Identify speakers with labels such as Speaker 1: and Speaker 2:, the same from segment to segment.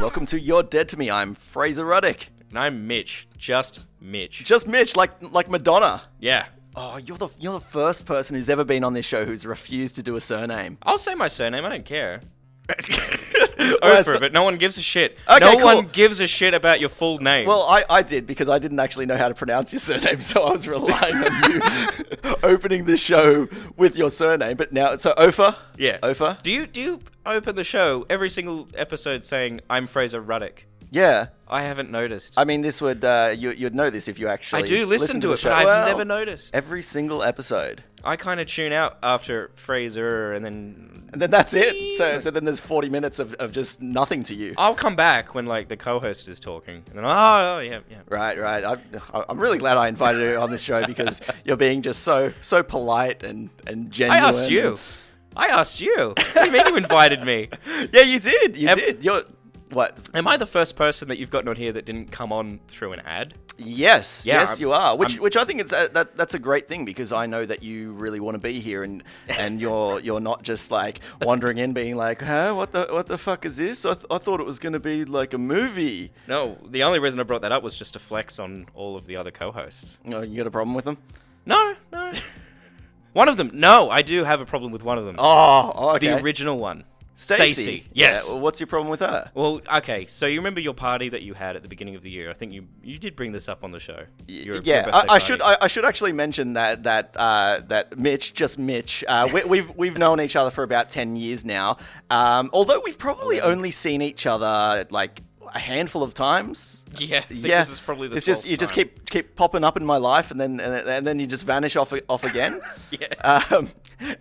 Speaker 1: welcome to You're Dead to Me. I'm Fraser Ruddick.
Speaker 2: And I'm Mitch. Just Mitch.
Speaker 1: Just Mitch, like like Madonna.
Speaker 2: yeah.
Speaker 1: Oh, you're the you're the first person who's ever been on this show who's refused to do a surname.
Speaker 2: I'll say my surname. I don't care.
Speaker 1: Well, it's
Speaker 2: Over it,
Speaker 1: not-
Speaker 2: but no one gives a shit.
Speaker 1: Okay,
Speaker 2: no
Speaker 1: cool.
Speaker 2: one gives a shit about your full name.
Speaker 1: Well, I, I did because I didn't actually know how to pronounce your surname, so I was relying on you opening the show with your surname. But now, so Ofa,
Speaker 2: yeah.
Speaker 1: Ofa,
Speaker 2: Do you do you open the show every single episode saying I'm Fraser Ruddick?
Speaker 1: yeah.
Speaker 2: I haven't noticed.
Speaker 1: I mean, this would uh, you, you'd know this if you actually.
Speaker 2: I do listen, to,
Speaker 1: the
Speaker 2: it,
Speaker 1: show.
Speaker 2: but I've
Speaker 1: Well,
Speaker 2: never noticed.
Speaker 1: Every single episode,
Speaker 2: I kind of tune out after Fraser, and then
Speaker 1: and then that's it. So, so then there's 40 minutes of, of just nothing to you.
Speaker 2: I'll come back when like the co-host is talking, and then oh, oh yeah, yeah.
Speaker 1: Right, right. I'm, I'm really glad I invited you on this show because you're being just so so polite and and
Speaker 2: I
Speaker 1: genuine.
Speaker 2: asked you. I asked you. What do you mean you invited me?
Speaker 1: Yeah, you did. You
Speaker 2: Em-
Speaker 1: did. You're what?
Speaker 2: Am I the first person that you've gotten on here that didn't come on through an ad?
Speaker 1: Yes,
Speaker 2: Yeah,
Speaker 1: yes,
Speaker 2: I'm-
Speaker 1: you are. Which,
Speaker 2: I'm-
Speaker 1: which I think it's uh, that, that that's a great thing because I know that you really want to be here and and you're you're not just like wandering in being like, huh, what the what the fuck is this? I, th- I thought it was gonna be like a movie.
Speaker 2: No, the only reason I brought that up was just to flex on all of the other co-hosts.
Speaker 1: Oh, you got a problem with them?
Speaker 2: No, no. one of them. No, I do have a problem with one of them.
Speaker 1: Oh, oh, okay.
Speaker 2: the original one.
Speaker 1: Stacey.
Speaker 2: Stacey.
Speaker 1: Yeah,
Speaker 2: Yes.
Speaker 1: well, what's your problem with her?
Speaker 2: Well, okay. So you remember your party that you had at the beginning of the year? I think you you did bring this up on the show. Your- your
Speaker 1: yeah,
Speaker 2: birthday
Speaker 1: I, I
Speaker 2: party.
Speaker 1: should I, I should actually mention that that uh, that Mitch, just Mitch, uh, we, we've we've known each other for about ten years now. Um, although we've probably only seen each other like a handful of times.
Speaker 2: Yeah. I think
Speaker 1: yeah,
Speaker 2: This is probably the.
Speaker 1: it's just
Speaker 2: 12th
Speaker 1: you just
Speaker 2: time.
Speaker 1: keep keep popping up in my life, and then and, and then you just vanish off off again.
Speaker 2: Yeah.
Speaker 1: Um,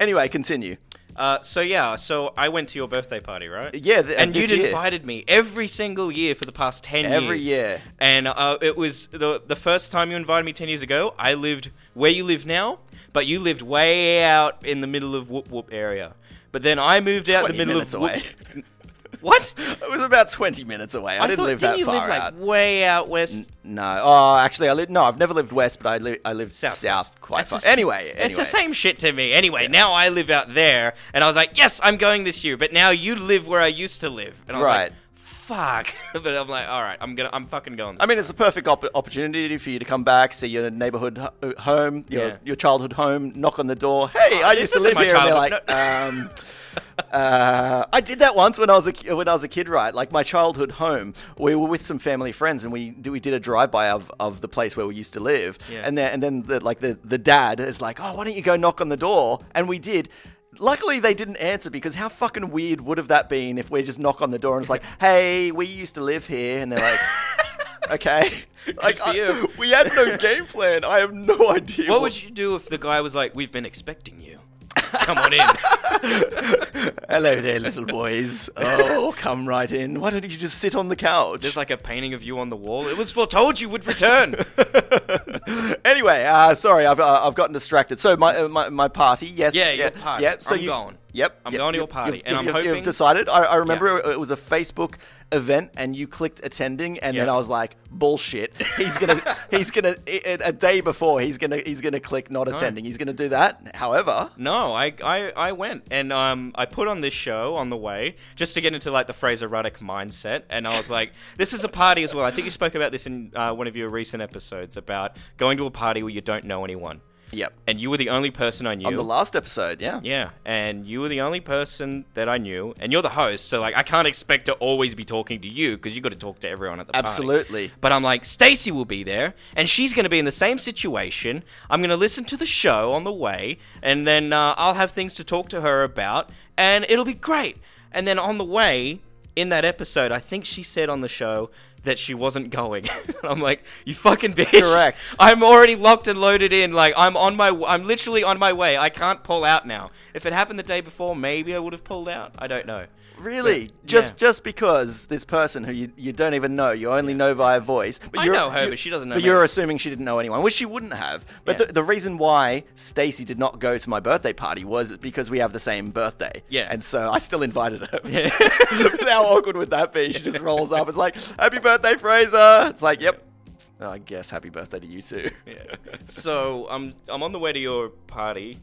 Speaker 1: anyway, continue.
Speaker 2: Uh, so yeah, so I went to your birthday party, right?
Speaker 1: Yeah, th- uh,
Speaker 2: and
Speaker 1: this
Speaker 2: you'd
Speaker 1: year.
Speaker 2: invited me every single year for the past ten
Speaker 1: Every
Speaker 2: years.
Speaker 1: year.
Speaker 2: and uh, it was the the first time you invited me ten years ago. I lived where you live now, but you lived way out in the middle of Whoop Whoop area. But then I moved out the
Speaker 1: 20
Speaker 2: middle of
Speaker 1: minutes away.
Speaker 2: Whoop- what?
Speaker 1: It was about twenty minutes away. I, didn't
Speaker 2: thought,
Speaker 1: live
Speaker 2: didn't
Speaker 1: that
Speaker 2: you
Speaker 1: far
Speaker 2: live
Speaker 1: out.
Speaker 2: like way out west?
Speaker 1: no, oh, actually, I live. No, I've never lived west, but I live. I lived south,
Speaker 2: Southwest.
Speaker 1: quite
Speaker 2: That's the
Speaker 1: far.
Speaker 2: s-
Speaker 1: anyway, anyway,
Speaker 2: It's the same shit to me. Anyway, now I live out there, and I was like, yes, I'm going this year. But now you live where I used to live, and I was
Speaker 1: Right.
Speaker 2: like, fuck. but I'm like, all right, I'm gonna, I'm fucking going. This
Speaker 1: I mean, it's a perfect op- opportunity for you to come back, see your neighborhood ho- uh, home, your,
Speaker 2: Yeah. Oh,
Speaker 1: your childhood home, knock on the door. Hey, I
Speaker 2: this
Speaker 1: used to
Speaker 2: isn't
Speaker 1: live
Speaker 2: my
Speaker 1: here. And they're
Speaker 2: childhood,
Speaker 1: like, um, uh, I did that once when I was a ki- when I was a kid, right? Like my childhood home. We were with some family friends, and we d- we did a drive by of, of the place where we used to live.
Speaker 2: Yeah.
Speaker 1: And then and then the, like the the dad is like, oh, why don't you go knock on the door? And we did. Luckily, they didn't answer because how fucking weird would have that been if we just knock on the door and it's like, hey, we used to live here, and they're like. Okay. Like
Speaker 2: for
Speaker 1: I-
Speaker 2: you.
Speaker 1: we had no game plan. I have no idea.
Speaker 2: what would you do if the guy was like, we've been expecting you. Come on in.
Speaker 1: Hello there, little boys. Oh, come right in. Why don't you just sit on the couch?
Speaker 2: There's like a painting of you on the wall. It was foretold you would return.
Speaker 1: anyway, uh, sorry, I've uh, I've gotten distracted. So my uh, my, my party, yes,
Speaker 2: Yeah, your party.
Speaker 1: Yep. So
Speaker 2: I'm
Speaker 1: you,
Speaker 2: going.
Speaker 1: Yep.
Speaker 2: I'm
Speaker 1: yep,
Speaker 2: going to
Speaker 1: you-
Speaker 2: your party,
Speaker 1: you've-
Speaker 2: and I'm
Speaker 1: you've-
Speaker 2: hoping-
Speaker 1: you've decided. I, I remember it was a Facebook event, and you clicked attending, and then
Speaker 2: Yeah.
Speaker 1: I was like, bullshit. He's gonna he's gonna i- i- a day before he's gonna he's gonna click not attending. He's gonna do that. However,
Speaker 2: No, I, I, I went and um, I put on this show on the way just to get into like the Fraser Ruddick mindset. And I was like, this is a party as well. I think you spoke about this in uh, one of your recent episodes about going to a party where you don't know anyone.
Speaker 1: yep.
Speaker 2: And you were the only person I knew.
Speaker 1: On the last episode, yeah.
Speaker 2: yeah, and you were the only person that I knew, and you're the host, so like I can't expect to always be talking to you because you got to talk to everyone at the party.
Speaker 1: Absolutely.
Speaker 2: But I'm like, Stacy will be there, and she's going to be in the same situation. I'm going to listen to the show on the way, and then uh, I'll have things to talk to her about, and it'll be great. And then on the way, in that episode, I think she said on the show that she wasn't going. And I'm like, you fucking bitch.
Speaker 1: Correct.
Speaker 2: I'm already locked and loaded in. Like I'm on my, I'm literally on my way. I can't pull out now. If it happened the day before, maybe I would have pulled out. I don't know.
Speaker 1: Really?
Speaker 2: But,
Speaker 1: just
Speaker 2: yeah.
Speaker 1: just because this person who you, you don't even know, you only know via voice. But
Speaker 2: I
Speaker 1: you're-
Speaker 2: know her,
Speaker 1: you-
Speaker 2: but she doesn't know
Speaker 1: But
Speaker 2: me.
Speaker 1: you're assuming she didn't know anyone, which she wouldn't have. But
Speaker 2: Yeah.
Speaker 1: the, the reason why Stacy did not go to my birthday party was because we have the same birthday.
Speaker 2: Yeah.
Speaker 1: And so I still invited her. But How awkward would that be? She just rolls up. It's like, "Happy birthday, Fraser." It's like, "Yep." Oh, I guess happy birthday to you too.
Speaker 2: so I'm I'm on the way to your party,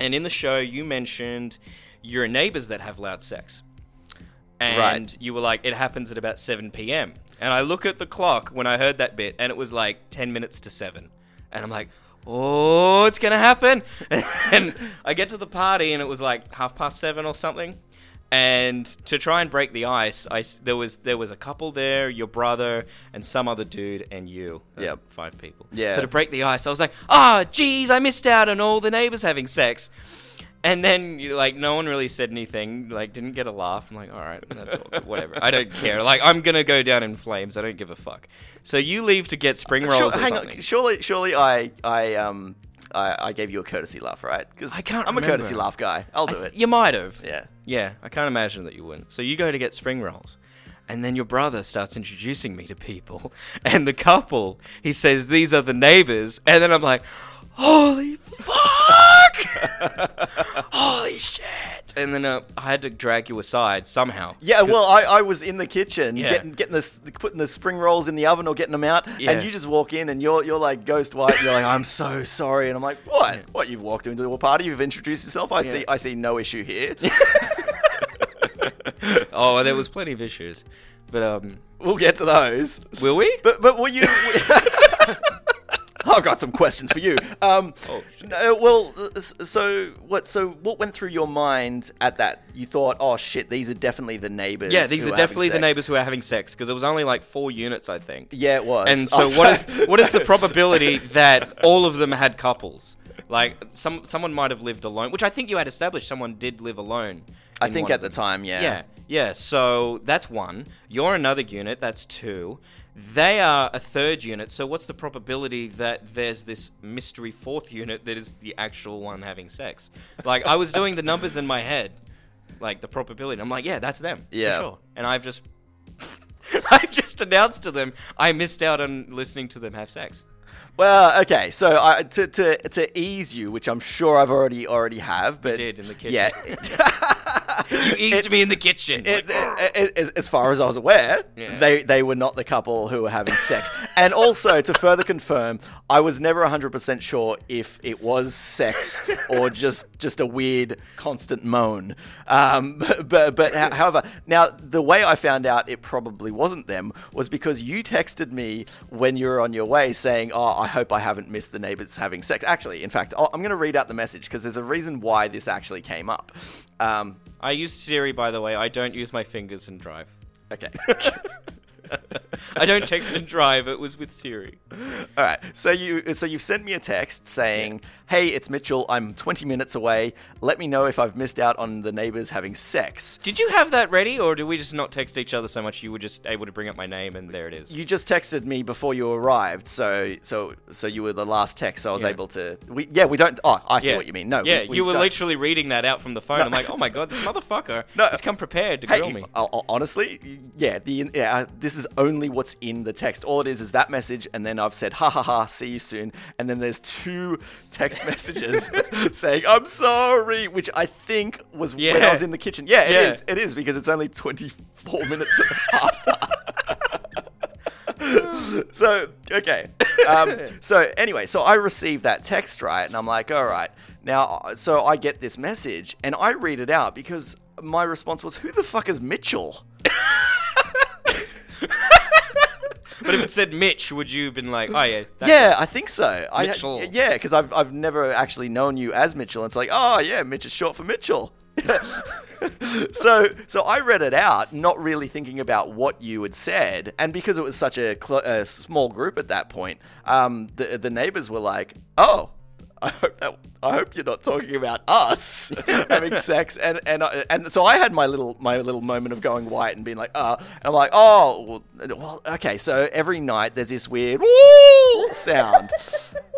Speaker 2: and in the show you mentioned your neighbors that have loud sex, and
Speaker 1: Right.
Speaker 2: you were like, it happens at about 7 p.m. And I look at the clock when I heard that bit, and it was like 10 minutes to 7. And I'm like, oh, it's going to happen. And I get to the party, and it was like half past 7 or something. And to try and break the ice, I, s- there was there was a couple there, your brother and some other dude and you. That's
Speaker 1: Yep.
Speaker 2: Five people.
Speaker 1: Yeah.
Speaker 2: So to break the ice, I was like, ah, geez, I missed out on all the neighbors having sex. And then, you- like, no one really said anything. Like, didn't get a laugh. I'm like, all right, that's all, whatever. I don't care. Like, I'm gonna go down in flames. I don't give a fuck. So you leave to get spring rolls
Speaker 1: Sure,
Speaker 2: or
Speaker 1: hang
Speaker 2: something.
Speaker 1: on. Surely, surely, I, I, um, I, I gave you a courtesy laugh, right? Because
Speaker 2: I can't
Speaker 1: I'm a courtesy
Speaker 2: remember.
Speaker 1: laugh guy. I'll
Speaker 2: I
Speaker 1: do
Speaker 2: th-
Speaker 1: it.
Speaker 2: You might have.
Speaker 1: Yeah.
Speaker 2: Yeah, I can't imagine that you wouldn't. So you go to get spring rolls, and then your brother starts introducing me to people, and the couple, he says, These are the neighbors, and then I'm like, Holy fuck! Holy shit! And then uh, I had to drag you aside somehow.
Speaker 1: Yeah, well, I, I was in the kitchen
Speaker 2: Yeah.
Speaker 1: getting getting this putting the spring rolls in the oven or getting them out,
Speaker 2: Yeah.
Speaker 1: and you just walk in and you're you're like ghost white. And you're like, I'm so sorry, and I'm like, what? What? You've walked into a party, you've introduced yourself. I see, I see no issue here.
Speaker 2: Oh, there was plenty of issues, but um,
Speaker 1: we'll get to those.
Speaker 2: will we?
Speaker 1: But but were you? I've got some questions for you. Um,
Speaker 2: Oh,
Speaker 1: no, well, uh, s- so what? So what went through your mind at that? You thought, oh shit, these are definitely the neighbors.
Speaker 2: yeah, these
Speaker 1: who
Speaker 2: are
Speaker 1: having
Speaker 2: definitely the
Speaker 1: sex."
Speaker 2: neighbors who are having sex because it was only like four units, I think.
Speaker 1: Yeah, it was.
Speaker 2: And so,
Speaker 1: Oh,
Speaker 2: what is what is the probability that all of them had couples? Like some someone might have lived alone, which I think you had established someone did live alone.
Speaker 1: I
Speaker 2: in
Speaker 1: think
Speaker 2: one
Speaker 1: at
Speaker 2: of
Speaker 1: the time, yeah.
Speaker 2: Yeah, yeah. So that's one. You're another unit. That's two. They are a third unit. So what's the probability that there's this mystery fourth unit that is the actual one having sex? Like I was doing the numbers in my head, like the probability. I'm like, yeah, that's them. for
Speaker 1: Yeah.
Speaker 2: sure. And I've just, I've just announced to them I missed out on listening to them have sex.
Speaker 1: Well, okay. So I, to to to ease you, which I'm sure I've already already have, but
Speaker 2: did in the kitchen.
Speaker 1: Yeah.
Speaker 2: You eased me in the kitchen.
Speaker 1: It,
Speaker 2: Like,
Speaker 1: it- it- as- as far as I was aware,
Speaker 2: Yeah.
Speaker 1: they, they were not the couple who were having sex. And also, to further confirm, I was never 100% sure if it was sex or just just a weird constant moan. Um, but but ho- however, now the way I found out it probably wasn't them was because you texted me when you were on your way saying, "Oh, I hope I haven't missed the neighbors having sex." Actually, in fact, I'll- I'm going to read out the message because there's a reason why this actually came up. Um,
Speaker 2: I use Siri, by the way. I don't use my fingers and drive.
Speaker 1: okay.
Speaker 2: I don't text and drive. It was with Siri.
Speaker 1: All right. So you so you've sent me a text saying, "Hey, it's Mitchell. I'm 20 minutes away. Let me know if I've missed out on the neighbors having sex."
Speaker 2: Did you have that ready, or did we just not text each other so much you were just able to bring up my name and there it is?
Speaker 1: You just texted me before you arrived, so so so you were the last text. So I was
Speaker 2: Yeah.
Speaker 1: able to. We, yeah, we don't. Oh, I see what you mean. No, we-
Speaker 2: yeah,
Speaker 1: we
Speaker 2: you were
Speaker 1: don't.
Speaker 2: literally reading that out from the phone. I'm like, oh my god, this motherfucker,
Speaker 1: No.
Speaker 2: he's come prepared to
Speaker 1: Hey,
Speaker 2: grill me.
Speaker 1: o- o- honestly, yeah, the yeah, uh, this is only what's in the text. All it is is that message, and then I've said, "Ha ha ha, see you soon." And then there's two text messages saying, "I'm sorry," which I think was when I
Speaker 2: Yeah.
Speaker 1: was in the kitchen. Yeah, it is.
Speaker 2: Yeah.
Speaker 1: It is because it's only 24 minutes after. so okay um, so anyway so i received that text right and i'm like all right now uh, so i get this message and i read it out because my response was who the fuck is mitchell
Speaker 2: But if it said Mitch, would you have been like, oh yeah, that's
Speaker 1: yeah i think so I,
Speaker 2: Mitchell.
Speaker 1: yeah because I've, I've never actually known you as mitchell it's like oh yeah mitch is short for mitchell so so i read it out not really thinking about what you had said and because it was such a, cl- a small group at that point um, the, the neighbors were like oh I hope that I hope you're not talking about us having sex and and I- and so I had my little my little moment of going white and being like uh and I'm like oh well, well okay so every night there's this weird woo sound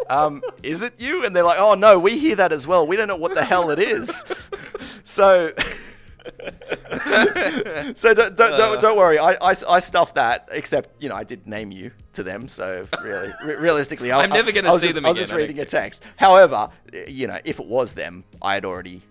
Speaker 1: um is it you and they're like oh no we hear that as well we don't know what the hell it is so so don't don't,
Speaker 2: Uh.
Speaker 1: don't, don't worry I, I, I stuffed that except you know I did name you to them so really re- realistically I,
Speaker 2: I'm never gonna
Speaker 1: I was
Speaker 2: see
Speaker 1: just-
Speaker 2: them
Speaker 1: I was
Speaker 2: again,
Speaker 1: just
Speaker 2: I don't
Speaker 1: reading a text however you know if it was them I had already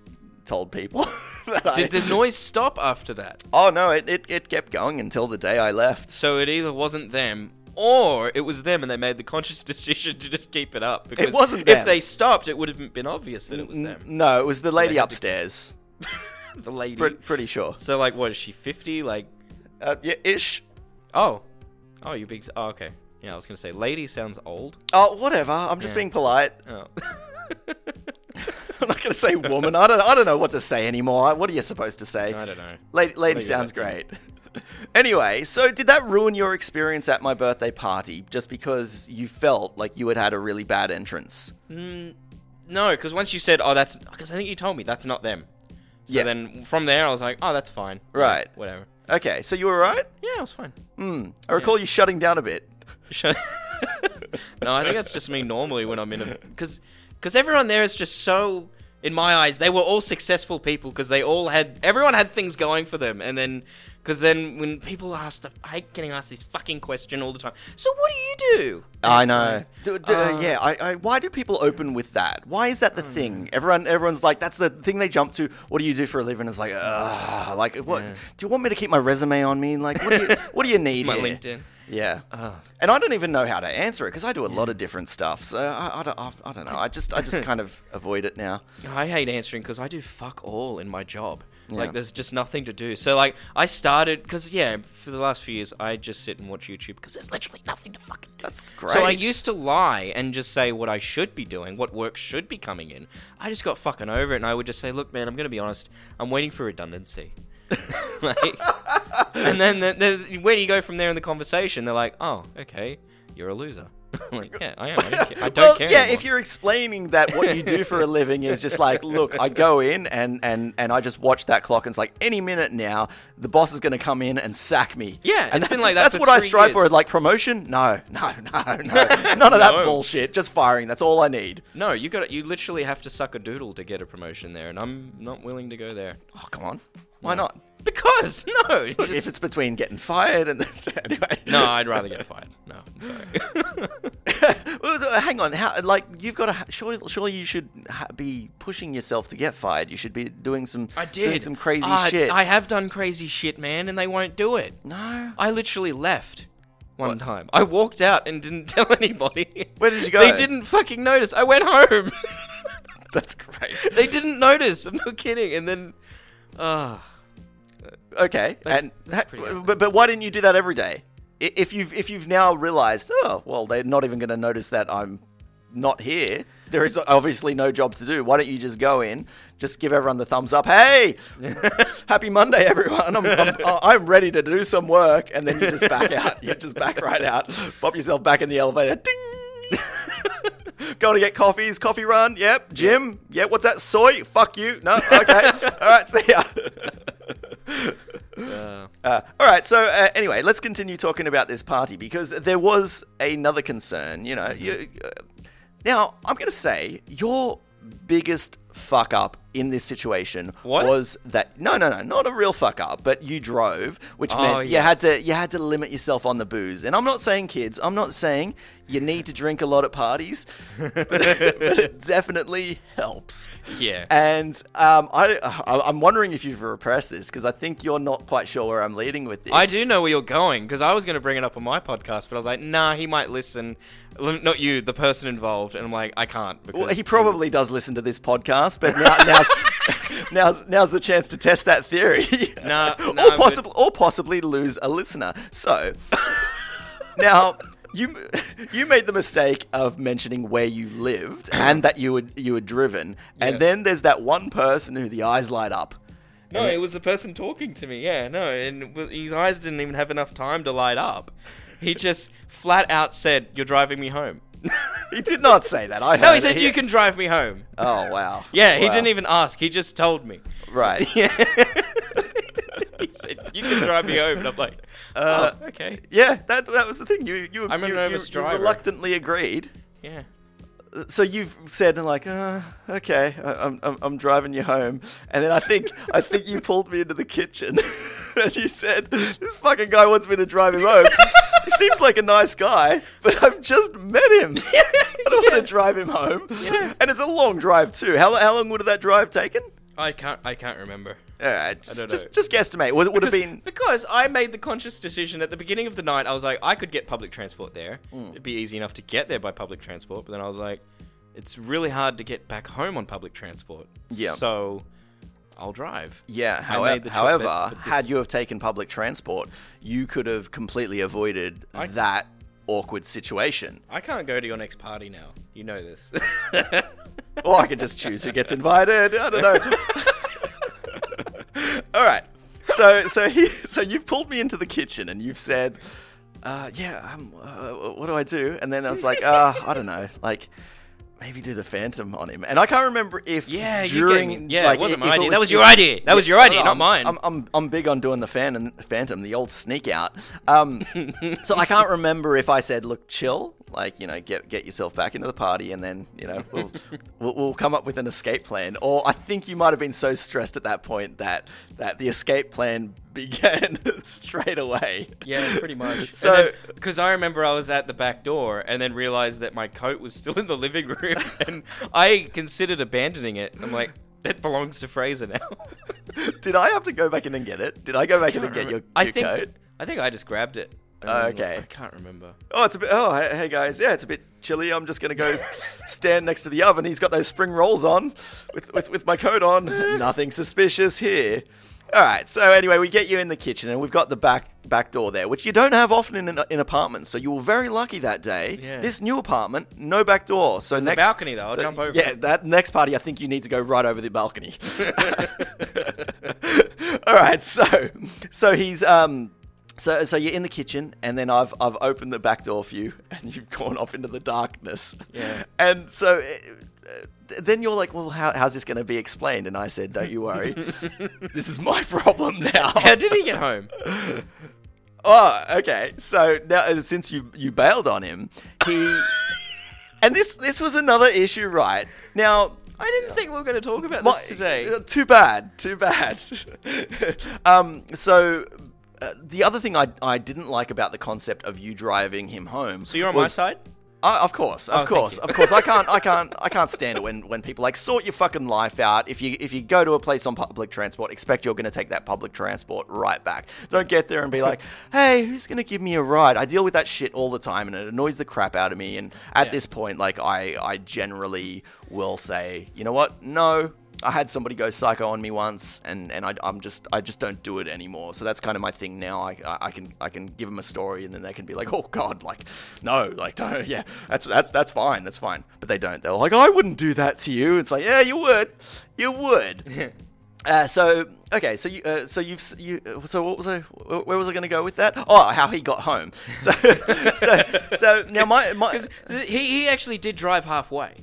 Speaker 1: told people that I-
Speaker 2: Did the noise stop after that?
Speaker 1: oh no it, it, it kept going until the day I left
Speaker 2: So it either wasn't them or it was them and they made the conscious decision to just keep it up. Because
Speaker 1: wasn't them.
Speaker 2: If they stopped, it would have been obvious that it was
Speaker 1: N-
Speaker 2: them.
Speaker 1: no it was the lady
Speaker 2: had to-
Speaker 1: upstairs
Speaker 2: the lady.
Speaker 1: Pre- pretty sure.
Speaker 2: so like, what is she? Fifty? Like,
Speaker 1: Uh, yeah, ish.
Speaker 2: oh, oh, you big. Oh, okay. Yeah, I was gonna say, lady sounds old.
Speaker 1: Oh, whatever. I'm just
Speaker 2: Yeah.
Speaker 1: being polite.
Speaker 2: Oh.
Speaker 1: I'm not going to say woman. I don't. I don't know what to say anymore. What are you supposed to say?
Speaker 2: I don't know.
Speaker 1: Lady, lady
Speaker 2: Maybe
Speaker 1: sounds great.
Speaker 2: that-
Speaker 1: anyway, so did that ruin your experience at my birthday party just because you felt like you had had a really bad entrance?
Speaker 2: Mm, no, because once you said, "Oh, that's," because I think you told me that's not them. So
Speaker 1: Yeah.
Speaker 2: Then from there, I was like, "Oh, that's fine."
Speaker 1: Right.
Speaker 2: Whatever.
Speaker 1: Okay, so you were right.
Speaker 2: Yeah, it was fine.
Speaker 1: Hmm. I recall you shutting down a bit.
Speaker 2: Sh- no, I think that's just me normally when I'm in a because because everyone there is just so in my eyes they were all successful people because they all had everyone had things going for them and then because then when people asked I hate getting asked this fucking question all the time so what do you do And
Speaker 1: I
Speaker 2: it's
Speaker 1: know.
Speaker 2: like,
Speaker 1: Do, do,
Speaker 2: uh,
Speaker 1: yeah. I, I, why do people open with that? Why is that the thing? Everyone, everyone's like, that's the thing they jump to. What do you do for a living? It's like, ugh, like what? Do you want me to keep my resume on me? Like, what do you, what do you need?
Speaker 2: my
Speaker 1: here?
Speaker 2: LinkedIn
Speaker 1: Yeah.
Speaker 2: Ah.
Speaker 1: and I don't even know how to answer it because I do a lot of different stuff. So I, I, don't, I, I don't know. I just I just kind of avoid it now.
Speaker 2: I hate answering because I do fuck all in my job.
Speaker 1: Yeah.
Speaker 2: Like, there's just nothing to do. So, like, I started because yeah, for the last few years, I just sit and watch YouTube because there's literally nothing to fucking do.
Speaker 1: That's great.
Speaker 2: So I used to lie and just say what I should be doing, what work should be coming in. I just got fucking over it, and I would just say, "Look, man, I'm gonna be honest. I'm waiting for redundancy." like, and then the, the, where do you go from there in the conversation? They're like, "Oh, okay, you're a loser." I'm like, yeah, I am. I don't care. I don't
Speaker 1: well,
Speaker 2: care
Speaker 1: yeah,
Speaker 2: anymore."
Speaker 1: if you're explaining that what you do for a living is just like, look, I go in and, and, and I just watch that clock, and it's like any minute now, the boss is going to come in and sack me.
Speaker 2: Yeah,
Speaker 1: and
Speaker 2: it's been like that
Speaker 1: That's
Speaker 2: for
Speaker 1: what I
Speaker 2: three
Speaker 1: strive for.
Speaker 2: years.
Speaker 1: Like promotion? No, no, no, no. None of that
Speaker 2: No.
Speaker 1: bullshit. Just firing. That's all I need.
Speaker 2: No, you got you literally have to suck a doodle to get a promotion there, and I'm not willing to go there.
Speaker 1: Oh, come on. Why not?
Speaker 2: Because no, you
Speaker 1: Look,
Speaker 2: just-
Speaker 1: if it's between getting fired and anyway.
Speaker 2: no, I'd rather get fired. No, I'm sorry.
Speaker 1: Well, so, uh, Hang on, how, like you've got to surely, surely you should ha- be pushing yourself to get fired. You should be doing some
Speaker 2: I did
Speaker 1: doing some crazy
Speaker 2: Ah,
Speaker 1: shit.
Speaker 2: I have done crazy shit, man, and they won't do it.
Speaker 1: no,
Speaker 2: I literally left one time. I walked out and didn't tell anybody.
Speaker 1: Where did you go?
Speaker 2: They didn't fucking notice. I went home.
Speaker 1: that's great.
Speaker 2: they didn't notice. I'm not kidding. And then, ah,
Speaker 1: Okay,
Speaker 2: That's-
Speaker 1: and
Speaker 2: that's
Speaker 1: ha-
Speaker 2: pretty good.
Speaker 1: but but why didn't you do that every day? I- If you've if you've now realized, oh well, they're not even going to notice that I'm not here. There is obviously no job to do. Why don't you just go in, just give everyone the thumbs up? Hey, happy Monday, everyone! I'm, I'm, I'm ready to do some work, and then you just back out. You just back right out. Pop yourself back in the elevator. Ding. Going to get coffees, coffee run. Yep. Gym. Yeah. What's that? Soy. Fuck you. No. Okay. All right. See ya.
Speaker 2: uh,
Speaker 1: Uh, all right. So uh, anyway, let's continue talking about this party because there was another concern. You
Speaker 2: Mm-hmm.
Speaker 1: know, you, uh, now I'm going to say your biggest fuck up in this situation
Speaker 2: What?
Speaker 1: was that no, no, no, not a real fuck up, but you drove, which
Speaker 2: Oh,
Speaker 1: meant you
Speaker 2: yeah.
Speaker 1: had to you had to limit yourself on the booze. And I'm not saying kids. I'm not saying you need to drink a lot at parties, but, but it definitely helps.
Speaker 2: yeah.
Speaker 1: And um, I, I, I'm wondering if you've repressed this because I think you're not quite sure where I'm leading with this.
Speaker 2: I do know where you're going because I was going to bring it up on my podcast, but I was like, nah, he might listen. L- Not you, the person involved. And I'm like, I can't. Because
Speaker 1: Well, he probably does listen to this podcast, but now, now's, now's now's the chance to test that theory.
Speaker 2: No, no,
Speaker 1: or
Speaker 2: but-
Speaker 1: possibly or possibly lose a listener. So now. You, you made the mistake of mentioning where you lived and that you would you were driven,
Speaker 2: Yeah.
Speaker 1: and then there's that one person who the eyes light up.
Speaker 2: No, it was the person talking to me. Yeah, no, and w- his eyes didn't even have enough time to light up. He just flat out said, "You're driving me home."
Speaker 1: He did not say that. I heard
Speaker 2: No, he
Speaker 1: it
Speaker 2: said,
Speaker 1: here.
Speaker 2: "You can drive me home."
Speaker 1: Oh wow.
Speaker 2: Yeah, he
Speaker 1: Wow.
Speaker 2: didn't even ask. He just told me.
Speaker 1: Right.
Speaker 2: Yeah. he said, "You can drive me home," and I'm like, "Oh,
Speaker 1: Uh,
Speaker 2: okay,
Speaker 1: Yeah, that that was the thing. You you
Speaker 2: I'm an
Speaker 1: you, you,
Speaker 2: nervous
Speaker 1: you
Speaker 2: driver.
Speaker 1: reluctantly agreed.
Speaker 2: yeah."
Speaker 1: Uh, So you've said like, uh, okay, I- I'm, I'm I'm driving you home, and then I think I think you pulled me into the kitchen, and you said, this fucking guy wants me to drive him home. he seems like a nice guy, but I've just met him. I don't want to drive him home,
Speaker 2: Yeah.
Speaker 1: and it's a long drive too. How how long would that drive taken?
Speaker 2: I can't. I can't remember.
Speaker 1: All right, just
Speaker 2: don't
Speaker 1: just,
Speaker 2: know.
Speaker 1: just guesstimate. Would would have
Speaker 2: Because-
Speaker 1: been
Speaker 2: because I made the conscious decision at the beginning of the night. I was like, I could get public transport there. It'd be easy enough to get there by public transport. But then I was like, it's really hard to get back home on public transport.
Speaker 1: Yeah.
Speaker 2: So I'll drive.
Speaker 1: Yeah.
Speaker 2: I made
Speaker 1: However,
Speaker 2: the trip,
Speaker 1: however
Speaker 2: but- but this-
Speaker 1: had you have taken public transport, you could have completely avoided
Speaker 2: I-
Speaker 1: that awkward situation.
Speaker 2: I can't go to your next party now. You know this.
Speaker 1: or I could just choose who gets invited. I don't know. All right. So so he, so you've pulled me into the kitchen and you've said, uh, "Yeah, um, uh, what do I do?" And then I was like, uh, "I don't know. Like." Maybe do the phantom on him, and I can't remember if
Speaker 2: Yeah, you
Speaker 1: during
Speaker 2: gave me- yeah, it
Speaker 1: like,
Speaker 2: wasn't
Speaker 1: if
Speaker 2: my
Speaker 1: it
Speaker 2: idea. That was your idea. That was your
Speaker 1: no,
Speaker 2: idea,
Speaker 1: no,
Speaker 2: not
Speaker 1: I'm-
Speaker 2: mine.
Speaker 1: I'm, I'm I'm big on doing the fan phantom, the old sneak out. Um, so I can't remember if I said, "Look, chill, like you know, get get yourself back into the party, and then you know we'll we'll, we'll come up with an escape plan." Or I think you might have been so stressed at that point that that the escape plan began straight away.
Speaker 2: yeah, pretty much.
Speaker 1: So-
Speaker 2: because I remember I was at the back door and then realized that my coat was still in the living room, and I considered abandoning it. I'm like, that belongs to Fraser now.
Speaker 1: Did I have to go back in and get it? Did I go back in and get your, your
Speaker 2: I think
Speaker 1: coat?
Speaker 2: I think I just grabbed it. And
Speaker 1: Oh,
Speaker 2: then,
Speaker 1: okay.
Speaker 2: I can't remember.
Speaker 1: Oh, it's a bit. Oh, hey, hey guys. Yeah, it's a bit chilly. I'm just gonna go stand next to the oven. He's got those spring rolls on, with with, with my coat on. Nothing suspicious here. All right. So anyway, we get you in the kitchen, and we've got the back back door there, which you don't have often in an- in apartments. So you were very lucky that day.
Speaker 2: Yeah.
Speaker 1: This new apartment, no back door. So
Speaker 2: There's a
Speaker 1: next
Speaker 2: balcony, though. I'll
Speaker 1: so,
Speaker 2: jump over
Speaker 1: Yeah,
Speaker 2: it.
Speaker 1: that next party, I think you need to go right over the balcony. All right, so so he's um so so you're in the kitchen, and then I've I've opened the back door for you, and you've gone off into the darkness.
Speaker 2: Yeah.
Speaker 1: And so. uh, then you're like, well, how, how's this going to be explained? And I said, don't you worry, this is my problem now.
Speaker 2: How did he get home?
Speaker 1: Oh, okay. So now, uh, since you you bailed on him, he and this this was another issue, right? Now,
Speaker 2: I didn't think we were going to talk about
Speaker 1: my-
Speaker 2: this today.
Speaker 1: uh, Too bad. Too bad. um. So. Uh, the other thing I, I didn't like about the concept of you driving him home.
Speaker 2: So you're on my
Speaker 1: was,
Speaker 2: side.
Speaker 1: I, of course, of
Speaker 2: Oh, thank
Speaker 1: course,
Speaker 2: you.
Speaker 1: of course. I can't, I can't, I can't stand it when, when people like sort your fucking life out. If you if you go to a place on public transport, expect you're going to take that public transport right back. Don't get there and be like, hey, who's going to give me a ride? I deal with that shit all the time, and it annoys the crap out of me. And at
Speaker 2: Yeah.
Speaker 1: this point, like I I generally will say, you know what? No. I had somebody go psycho on me once, and, and I, I'm just I just don't do it anymore. So that's kind of my thing now. I, I, I can I can give them a story, and then they can be like, oh god, like no, like don't, yeah, that's that's that's fine, that's fine. But they don't. They're like, I wouldn't do that to you. It's like, yeah, you would, you would. uh, so okay, so you uh, so you've s- you uh, so what was I wh- where was I going to go with that? Oh, how he got home. So so so now my my
Speaker 2: Because he, he actually did drive halfway.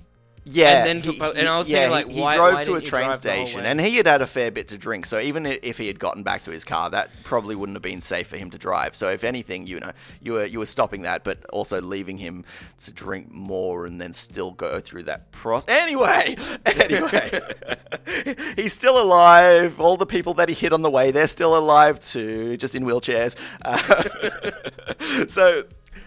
Speaker 1: yeah,
Speaker 2: then took po- and I was thinking, like,
Speaker 1: he,
Speaker 2: why-
Speaker 1: he drove
Speaker 2: why
Speaker 1: to a
Speaker 2: didn't he
Speaker 1: train
Speaker 2: drive the whole
Speaker 1: station,
Speaker 2: way?
Speaker 1: and he had had a fair bit to drink. So even i- if he had gotten back to his car, that probably wouldn't have been safe for him to drive. So if anything, you know, you were you were stopping that, but also leaving him to drink more and then still go through that process. Anyway, anyway, he's still alive. All the people that he hit on the way, they're still alive too, just in wheelchairs. Uh, so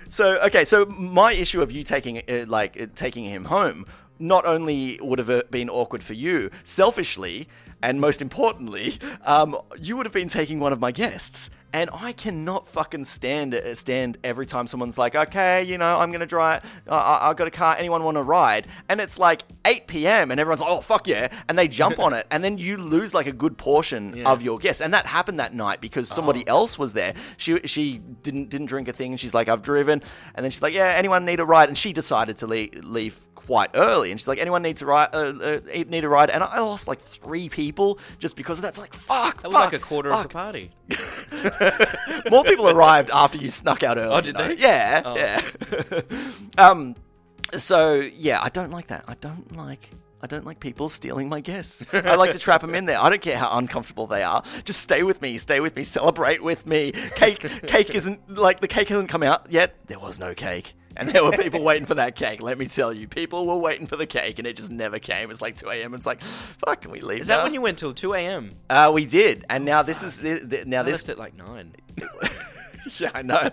Speaker 1: so okay, so my issue of you taking uh, like uh, taking him home not only would have uh, been awkward for you selfishly, and most importantly, um, you would have been taking one of my guests. And I cannot fucking stand uh, stand every time someone's like, okay, you know, I'm gonna drive. Uh, I- I've got a car. Anyone want to ride? And it's like 8 p.m. and everyone's like, oh fuck yeah, and they jump on it, and then you lose like a good portion
Speaker 2: Yeah.
Speaker 1: of your guests. And that happened that night because somebody
Speaker 2: Oh.
Speaker 1: else was there. She she didn't didn't drink a thing, and she's like, I've driven, and then she's like, Yeah, anyone need a ride? And she decided to leave, leave quite early, and she's like, Anyone need to ride? Uh, uh, need a ride? And I lost like three people just because of that. It's like fuck,
Speaker 2: That was
Speaker 1: fuck,
Speaker 2: like a quarter of
Speaker 1: fuck.
Speaker 2: the party.
Speaker 1: More people arrived after you snuck out early.
Speaker 2: Oh, did
Speaker 1: though.
Speaker 2: they?
Speaker 1: Yeah,
Speaker 2: Oh.
Speaker 1: yeah. um, so yeah, I don't like that. I don't like. I don't like people stealing my guests. I like to trap them in there. I don't care how uncomfortable they are. Just stay with me. Stay with me. Celebrate with me. Cake, cake isn't like the cake hasn't come out yet. There was no cake, and there were people waiting for that cake. Let me tell you, people were waiting for the cake, and it just never came. It's like 2 a.m. It's like, fuck, can we leave?
Speaker 2: Is that
Speaker 1: now?
Speaker 2: when you went till 2 a.m.?
Speaker 1: Uh, we did, and now this is thi- thi- now
Speaker 2: I
Speaker 1: this
Speaker 2: left at like 9.
Speaker 1: yeah, I know.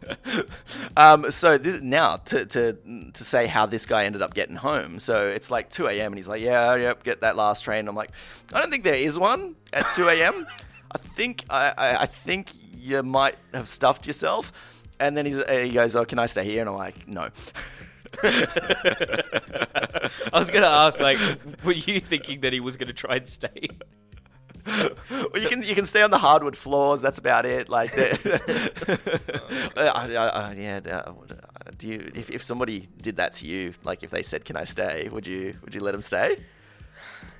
Speaker 1: um, so this now to, to to say how this guy ended up getting home. So it's like 2 a.m. and he's like, yeah, yep, get that last train. I'm like, I don't think there is one at 2 a.m. I think I, I, I think you might have stuffed yourself. And then he's, he goes, oh, can I stay here? And I'm like, no.
Speaker 2: I was going to ask, like, were you thinking that he was going to try and stay?
Speaker 1: Well, you can you can stay on the hardwood floors. That's about it. Like, the- Uh, I- I- I- yeah. uh, would- uh, Do you if, if somebody did that to you, like if they said, "Can I stay?" Would you would you let them stay?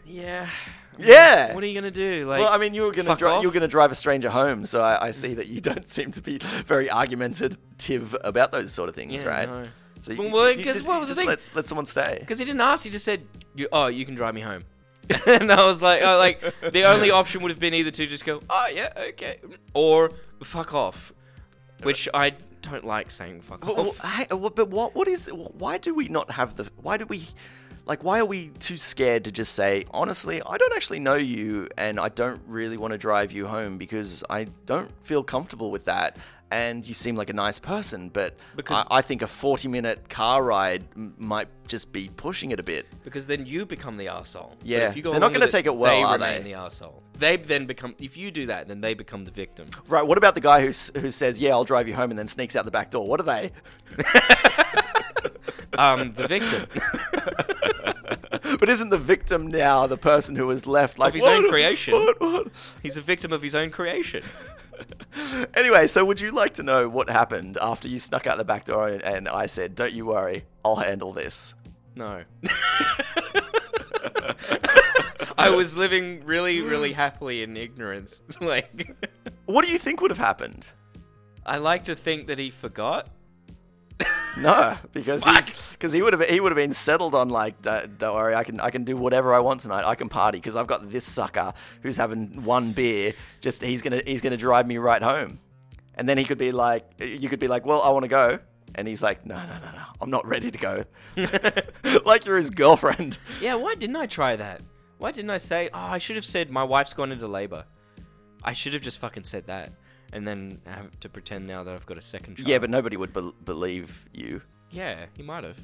Speaker 2: Yeah.
Speaker 1: Yeah.
Speaker 2: What are you gonna do? Like,
Speaker 1: well, I mean, you were gonna
Speaker 2: fuck
Speaker 1: dri-
Speaker 2: off?
Speaker 1: you were gonna drive a stranger home, so I, I see that you don't seem to be very argumentative about those sort of things,
Speaker 2: Yeah,
Speaker 1: right?
Speaker 2: no.
Speaker 1: So
Speaker 2: Well, well, 'cause
Speaker 1: just,
Speaker 2: what was the
Speaker 1: just
Speaker 2: thing?
Speaker 1: Let, let someone stay.
Speaker 2: Because he didn't ask, he just said, you, "Oh, you can drive me home." and I was like, oh, like the only option would have been either to just go, "Oh yeah, okay," or "fuck off," which I don't like saying "fuck
Speaker 1: But,
Speaker 2: off."
Speaker 1: wh- hey, uh, what- but what what is why do we not have the why do we like why are we too scared to just say honestly I don't actually know you and I don't really want to drive you home because I don't feel comfortable with that and you seem like a nice person but
Speaker 2: Because-
Speaker 1: I, I think a 40 minute car ride m- might just be pushing it a bit
Speaker 2: Because then you become the arsehole. But
Speaker 1: Yeah,
Speaker 2: if you go
Speaker 1: they're not
Speaker 2: along
Speaker 1: gonna
Speaker 2: with
Speaker 1: take it well,
Speaker 2: They
Speaker 1: are
Speaker 2: remain
Speaker 1: they?
Speaker 2: the arsehole. They then become. If you do that, then they become the victim.
Speaker 1: right what about the guy who s- who says yeah I'll drive you home and then sneaks out the back door what are they
Speaker 2: Um, the victim
Speaker 1: but isn't the victim now the person who was left like
Speaker 2: of his own
Speaker 1: "What?
Speaker 2: creation.
Speaker 1: what, what?
Speaker 2: He's a victim of his own creation.
Speaker 1: Anyway, so would you like to know what happened after you snuck out the back door and, and I said, "Don't you worry, I'll handle this."
Speaker 2: No. I was living really, really happily in ignorance. like,
Speaker 1: What do you think would have happened?
Speaker 2: I like to think that he forgot.
Speaker 1: No, because he's,
Speaker 2: Fuck.
Speaker 1: cause he would have he would have been settled on like, "Don't don't worry, I can I can do whatever I want tonight. I can party because I've got this sucker who's having one beer. Just he's gonna he's gonna drive me right home." And then he could be like, you could be like, "Well, I want to go," and he's like, "No, no, no, no, I'm not ready to go." like you're his girlfriend.
Speaker 2: Yeah, why didn't I try that? Why didn't I say, oh, I should have said my wife's gone into labor? I should have just fucking said that. And then have to pretend now that I've got a second child.
Speaker 1: Yeah, but nobody would bel believe you.
Speaker 2: Yeah, he might have.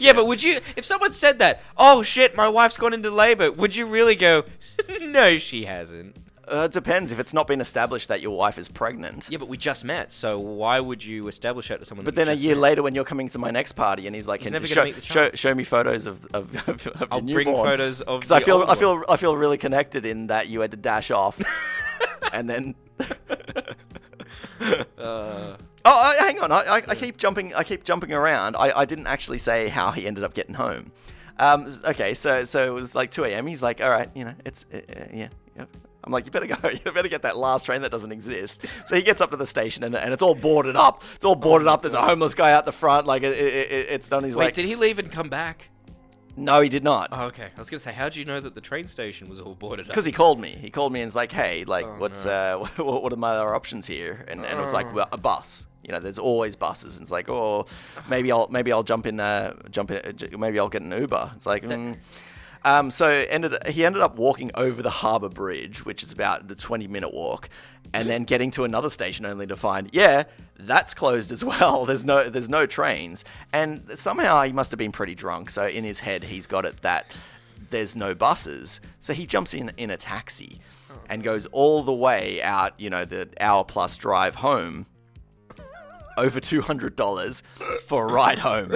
Speaker 2: yeah, but would you, if someone said that, oh shit, my wife's gone into labor, would you really go, no, she hasn't?
Speaker 1: Uh, it depends if it's not been established that your wife is pregnant.
Speaker 2: Yeah, but we just met, so why would you establish that to someone?
Speaker 1: But
Speaker 2: that you
Speaker 1: then a
Speaker 2: just
Speaker 1: year
Speaker 2: met?
Speaker 1: later, when you're coming to my next party, and he's like,
Speaker 2: He's
Speaker 1: "Can
Speaker 2: never gonna
Speaker 1: show,
Speaker 2: meet the
Speaker 1: show,
Speaker 2: child."
Speaker 1: show me photos of of, of, of
Speaker 2: I'll
Speaker 1: your
Speaker 2: bring
Speaker 1: newborn."
Speaker 2: photos of
Speaker 1: 'Cause I
Speaker 2: the
Speaker 1: feel
Speaker 2: old
Speaker 1: I feel I feel really connected in that you had to dash off, and then oh,
Speaker 2: Uh,
Speaker 1: I, hang on, I, I, I keep jumping I keep jumping around. I, I didn't actually say how he ended up getting home. Um, s- okay, so so it was like 2 a.m. He's like, "All right, you know, it's uh, uh, yeah." Yep. I'm like, you better go. You better get that last train that doesn't exist. So he gets up to the station, and, and it's all boarded up. It's all boarded up. There's a homeless guy out the front. Like it, it, it- it's done. He's
Speaker 2: Oh wait,
Speaker 1: like,
Speaker 2: did he leave and come back?
Speaker 1: No, he did not.
Speaker 2: Oh, okay. I was gonna say, how do you know that the train station was all boarded up?
Speaker 1: Because he called me. He called me and was like, "Hey, like,
Speaker 2: Oh,
Speaker 1: what's
Speaker 2: no. Oh.
Speaker 1: uh, what, what are my other options here?" And, and it was like, "Well, a bus. You know, there's always buses." And it's like, "Oh, maybe I'll maybe I'll jump in, uh, jump in, uh, j- maybe I'll get an Uber." It's like, mm. um, so ended he ended up walking over the harbour bridge, which is about a 20 minute walk, and then getting to another station only to find, yeah, that's closed as well. There's no there's no trains, and somehow he must have been pretty drunk. So in his head, he's got it that there's no buses. So he jumps in in a taxi and goes all the way out, you know, the hour plus drive home over $200 for a ride home.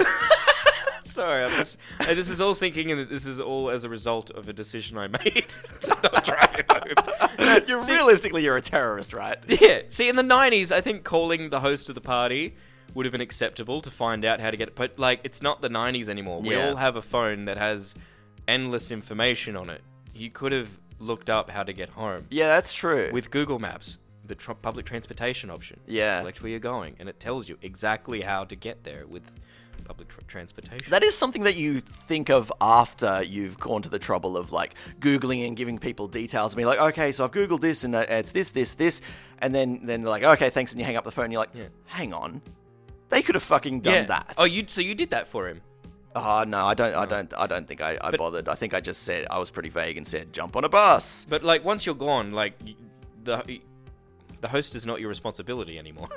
Speaker 2: Sorry, I'm just, uh, this is all sinking in. That this is all as a result of a decision I made to not drive home.
Speaker 1: you're
Speaker 2: See-
Speaker 1: realistically you're a terrorist, right?
Speaker 2: Yeah. See, in the '90s, I think calling the host of the party would have been acceptable to find out how to get it. But like, it's not the '90s anymore. We
Speaker 1: Yeah.
Speaker 2: all have a phone that has endless information on it. You could have looked up how to get home.
Speaker 1: Yeah, that's true.
Speaker 2: with Google Maps, the tr- public transportation option.
Speaker 1: Yeah.
Speaker 2: Select where you're going, and it tells you exactly how to get there with public tr- transportation.
Speaker 1: that is something that you think of after you've gone to the trouble of like googling and giving people details and be like, okay, so I've googled this and uh, it's this, this, this, and then then they're like, okay, thanks, and you hang up the phone. And you're like,
Speaker 2: Yeah.
Speaker 1: hang on, they could have fucking done that.
Speaker 2: Oh, you so you did that for him.
Speaker 1: Oh no, I don't, I don't, I don't think I, I bothered. I think I just said I was pretty vague and said jump on a bus.
Speaker 2: But like once you're gone, like y- the the host is not your responsibility anymore.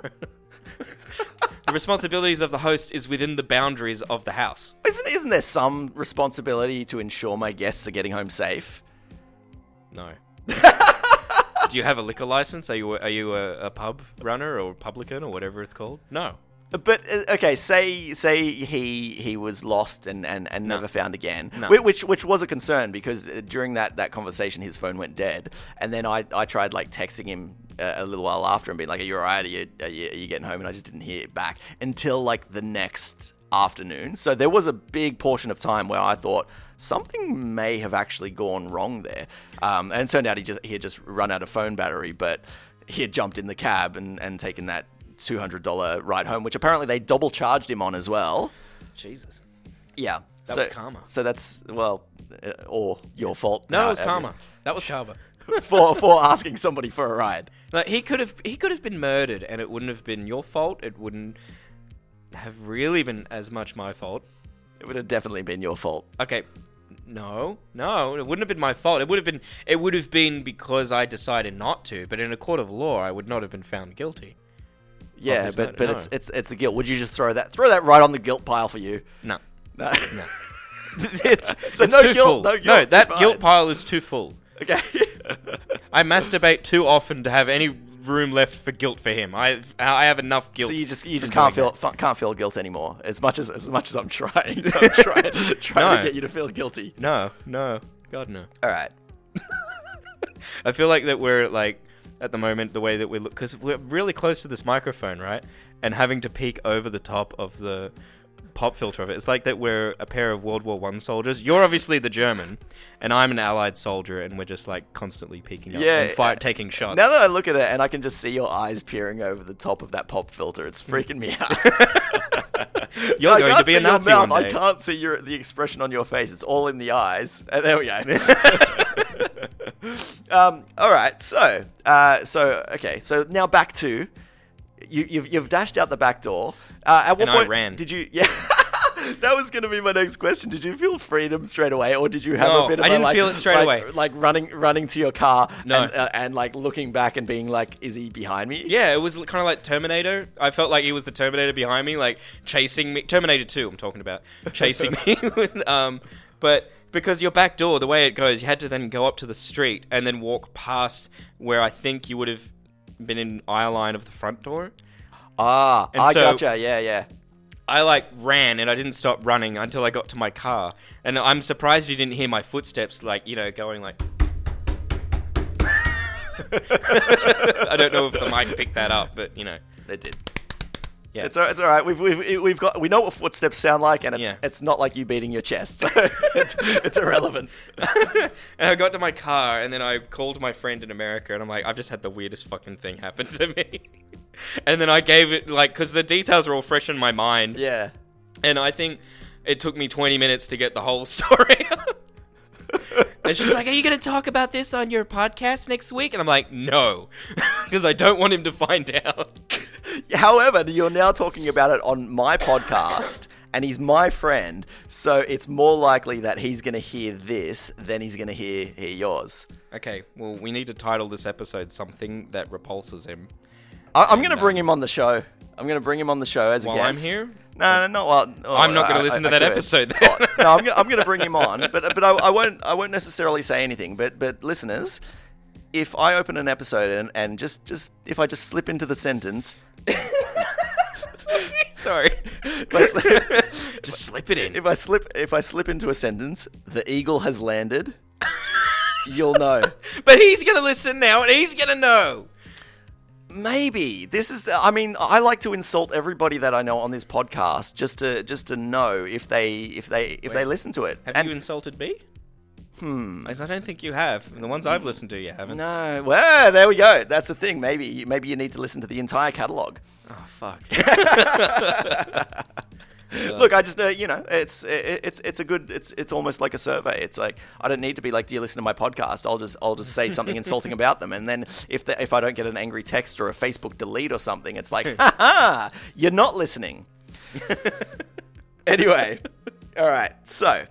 Speaker 2: the responsibilities of the host is within the boundaries of the house.
Speaker 1: Isn't isn't there some responsibility to ensure my guests are getting home safe?
Speaker 2: No. Do you have a liquor license? Are you a, are you a, a pub runner or publican or whatever it's called? No.
Speaker 1: But uh, okay, say say he he was lost and, and, and
Speaker 2: No.
Speaker 1: never found again,
Speaker 2: No.
Speaker 1: Whi- which which was a concern because uh, during that, that conversation his phone went dead, and then I, I tried like texting him uh, a, a little while after and being like, "Are you alright? Are you, are you are you getting home?" And I just didn't hear it back until like the next afternoon. So there was a big portion of time where I thought something may have actually gone wrong there, um, and it turned out he just he had just run out of phone battery, but he had jumped in the cab and, and taken that two hundred dollar ride home, which apparently they double charged him on as well.
Speaker 2: Jesus.
Speaker 1: Yeah,
Speaker 2: That
Speaker 1: so,
Speaker 2: was karma.
Speaker 1: So that's well, uh, or your fault.
Speaker 2: No,
Speaker 1: Now,
Speaker 2: it was
Speaker 1: uh,
Speaker 2: karma. That was karma.
Speaker 1: for for asking somebody for a ride.
Speaker 2: Like he could have he could have been murdered and it wouldn't have been your fault. It wouldn't have really been as much my fault.
Speaker 1: It would have definitely been your fault.
Speaker 2: Okay. No, no, it wouldn't have been my fault. It would have been it would have been because I decided not to, but in a court of law I would not have been found guilty.
Speaker 1: Yeah,
Speaker 2: this
Speaker 1: but
Speaker 2: matter,
Speaker 1: but
Speaker 2: no.
Speaker 1: it's it's it's the guilt. Would you just throw that throw that right on the guilt pile for you?
Speaker 2: No.
Speaker 1: No.
Speaker 2: No.
Speaker 1: it's, so
Speaker 2: It's
Speaker 1: no
Speaker 2: too
Speaker 1: guilt,
Speaker 2: full.
Speaker 1: no guilt.
Speaker 2: no, that
Speaker 1: fine.
Speaker 2: guilt pile is too full.
Speaker 1: Okay.
Speaker 2: I masturbate too often to have any room left for guilt for him. I I have enough guilt.
Speaker 1: So you just you just
Speaker 2: for
Speaker 1: can't
Speaker 2: doing
Speaker 1: feel fu- can't feel guilt anymore. As much as as much as I'm trying, I'm trying, trying
Speaker 2: No.
Speaker 1: to get you to feel guilty.
Speaker 2: No, no, God no.
Speaker 1: All right.
Speaker 2: I feel like that we're like at the moment the way that we look because we're really close to this microphone, right? And having to peek over the top of the pop filter of it, it's like that we're a pair of World War One soldiers. You're obviously the German, and I'm an Allied soldier, and we're just like constantly peeking up
Speaker 1: Yeah,
Speaker 2: and fire,
Speaker 1: uh,
Speaker 2: taking shots.
Speaker 1: Now that I look at it and I can just see your eyes peering over the top of that pop filter, it's freaking me out.
Speaker 2: Hmm. You're
Speaker 1: I
Speaker 2: going to
Speaker 1: can't
Speaker 2: be a
Speaker 1: see your
Speaker 2: Nazi
Speaker 1: mouth,
Speaker 2: one
Speaker 1: I
Speaker 2: day.
Speaker 1: can't see your the expression on your face. It's all in the eyes. Uh, there we go. um, all right. So, uh, so okay. So now back to you. You've, you've dashed out the back door. Uh, at what
Speaker 2: And I
Speaker 1: point
Speaker 2: ran.
Speaker 1: did you? Yeah. That was going to be my next question. Did you feel freedom straight away, or did you have
Speaker 2: No,
Speaker 1: a bit of
Speaker 2: I
Speaker 1: a,
Speaker 2: didn't
Speaker 1: like,
Speaker 2: feel it straight
Speaker 1: like-
Speaker 2: away.
Speaker 1: like running running to your car
Speaker 2: No.
Speaker 1: and, uh, and like looking back and being like is he behind me
Speaker 2: Yeah, it was kind of like Terminator. I felt like he was the Terminator behind me, like chasing me. Terminator Two, I'm talking about, chasing me. with, um, but because your back door, the way it goes, you had to then go up to the street and then walk past where I think you would have been in eye line of the front door.
Speaker 1: ah
Speaker 2: And
Speaker 1: i
Speaker 2: so-
Speaker 1: gotcha yeah yeah
Speaker 2: I like ran and I didn't stop running until I got to my car. And I'm surprised you didn't hear my footsteps, like you know, going like. I don't know if the mic picked that up, but you know.
Speaker 1: they did
Speaker 2: Yeah.
Speaker 1: it's all, it's all right. We've, we've we've got we know what footsteps sound like, and it's
Speaker 2: Yeah.
Speaker 1: it's not like you beating your chest. So it's, it's irrelevant.
Speaker 2: and I got to my car, and then I called my friend in America, and I'm like, I've just had the weirdest fucking thing happen to me. and then I gave it like, because the details are all fresh in my mind,
Speaker 1: Yeah.
Speaker 2: and I think it took me 20 minutes to get the whole story. out. and she's like, "Are you gonna talk about this on your podcast next week?" And I'm like, "No," because I don't want him to find out.
Speaker 1: However, you're now talking about it on my podcast, and he's my friend, so it's more likely that he's going to hear this than he's going to hear hear yours.
Speaker 2: okay, well, we need to title this episode something that repulses him.
Speaker 1: I, I'm going to bring him on the show. I'm going to bring him on the show as
Speaker 2: While
Speaker 1: a
Speaker 2: I'm
Speaker 1: guest.
Speaker 2: here?
Speaker 1: No, no, not while. oh,
Speaker 2: I'm not
Speaker 1: I-
Speaker 2: gonna
Speaker 1: I-
Speaker 2: listen
Speaker 1: I
Speaker 2: to that
Speaker 1: could.
Speaker 2: episode then.
Speaker 1: Oh, no, I'm, go- I'm going to bring him on, but but I, I won't I won't necessarily say anything. But but listeners, if I open an episode and, and just just if I just slip into the sentence,
Speaker 2: Sorry.
Speaker 1: Let's-
Speaker 2: Just slip it in.
Speaker 1: if I slip if I slip into a sentence, the eagle has landed. You'll know.
Speaker 2: But he's gonna listen now, and he's gonna know.
Speaker 1: Maybe this is. The, I mean, I like to insult everybody that I know on this podcast just to just to know if they if they if they listen to it.
Speaker 2: Have
Speaker 1: And-
Speaker 2: you insulted me? Hmm. I don't think you have. The ones I've listened to, you haven't.
Speaker 1: No. Well, there we go. That's the thing. Maybe you- maybe you need to listen to the entire catalog.
Speaker 2: Oh fuck.
Speaker 1: Look, I just uh, you know, it's it- it's it's a good it's it's almost like a survey. It's like I don't need to be like, do you listen to my podcast? I'll just I'll just say something insulting about them, and then if the, if I don't get an angry text or a Facebook delete or something, it's like, ha ha, you're not listening. anyway, all right, so.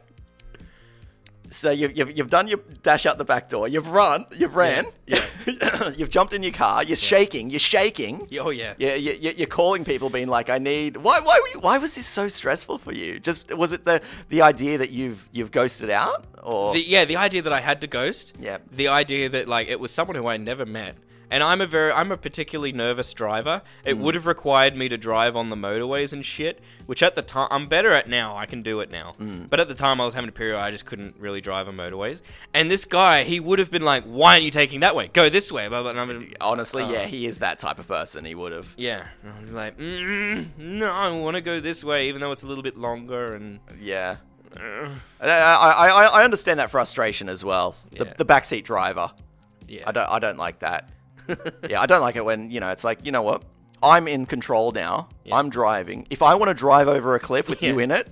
Speaker 1: So you've, you've, you've done your dash out the back door. You've run. You've ran.
Speaker 2: Yeah,
Speaker 1: you've jumped in your car. You're shaking. You're shaking.
Speaker 2: Yeah, oh yeah.
Speaker 1: Yeah, you, you- you're calling people, being like, "I need why? Why were you, Why was this so stressful for you? Just was it the the idea that you've you've ghosted out, or
Speaker 2: The, yeah, the idea that I had to ghost.
Speaker 1: Yeah.
Speaker 2: The idea that like it was someone who I never met, and I'm a very I'm a particularly nervous driver. It would have required me to drive on the motorways and shit, which at the time I'm better at now. I can do it now. But at the time I was having a period where I just couldn't really drive on motorways. And this guy, he would have been like, "Why aren't you taking that way? Go this way." Blah blah. And I'm gonna-
Speaker 1: Honestly,
Speaker 2: Oh.
Speaker 1: yeah, he is that type of person. He would have.
Speaker 2: yeah, And I'm like, mm, no, I want to go this way, even though it's a little bit longer. And
Speaker 1: Yeah.
Speaker 2: uh.
Speaker 1: I, I, I, I understand that frustration as well.
Speaker 2: Yeah.
Speaker 1: The, the backseat driver.
Speaker 2: yeah,
Speaker 1: I don't I don't like that.
Speaker 2: don't.
Speaker 1: yeah, I don't like it when you know it's like you know what. I'm in control now.
Speaker 2: Yeah.
Speaker 1: I'm driving. If I want to drive over a cliff with you
Speaker 2: Yeah.
Speaker 1: in it,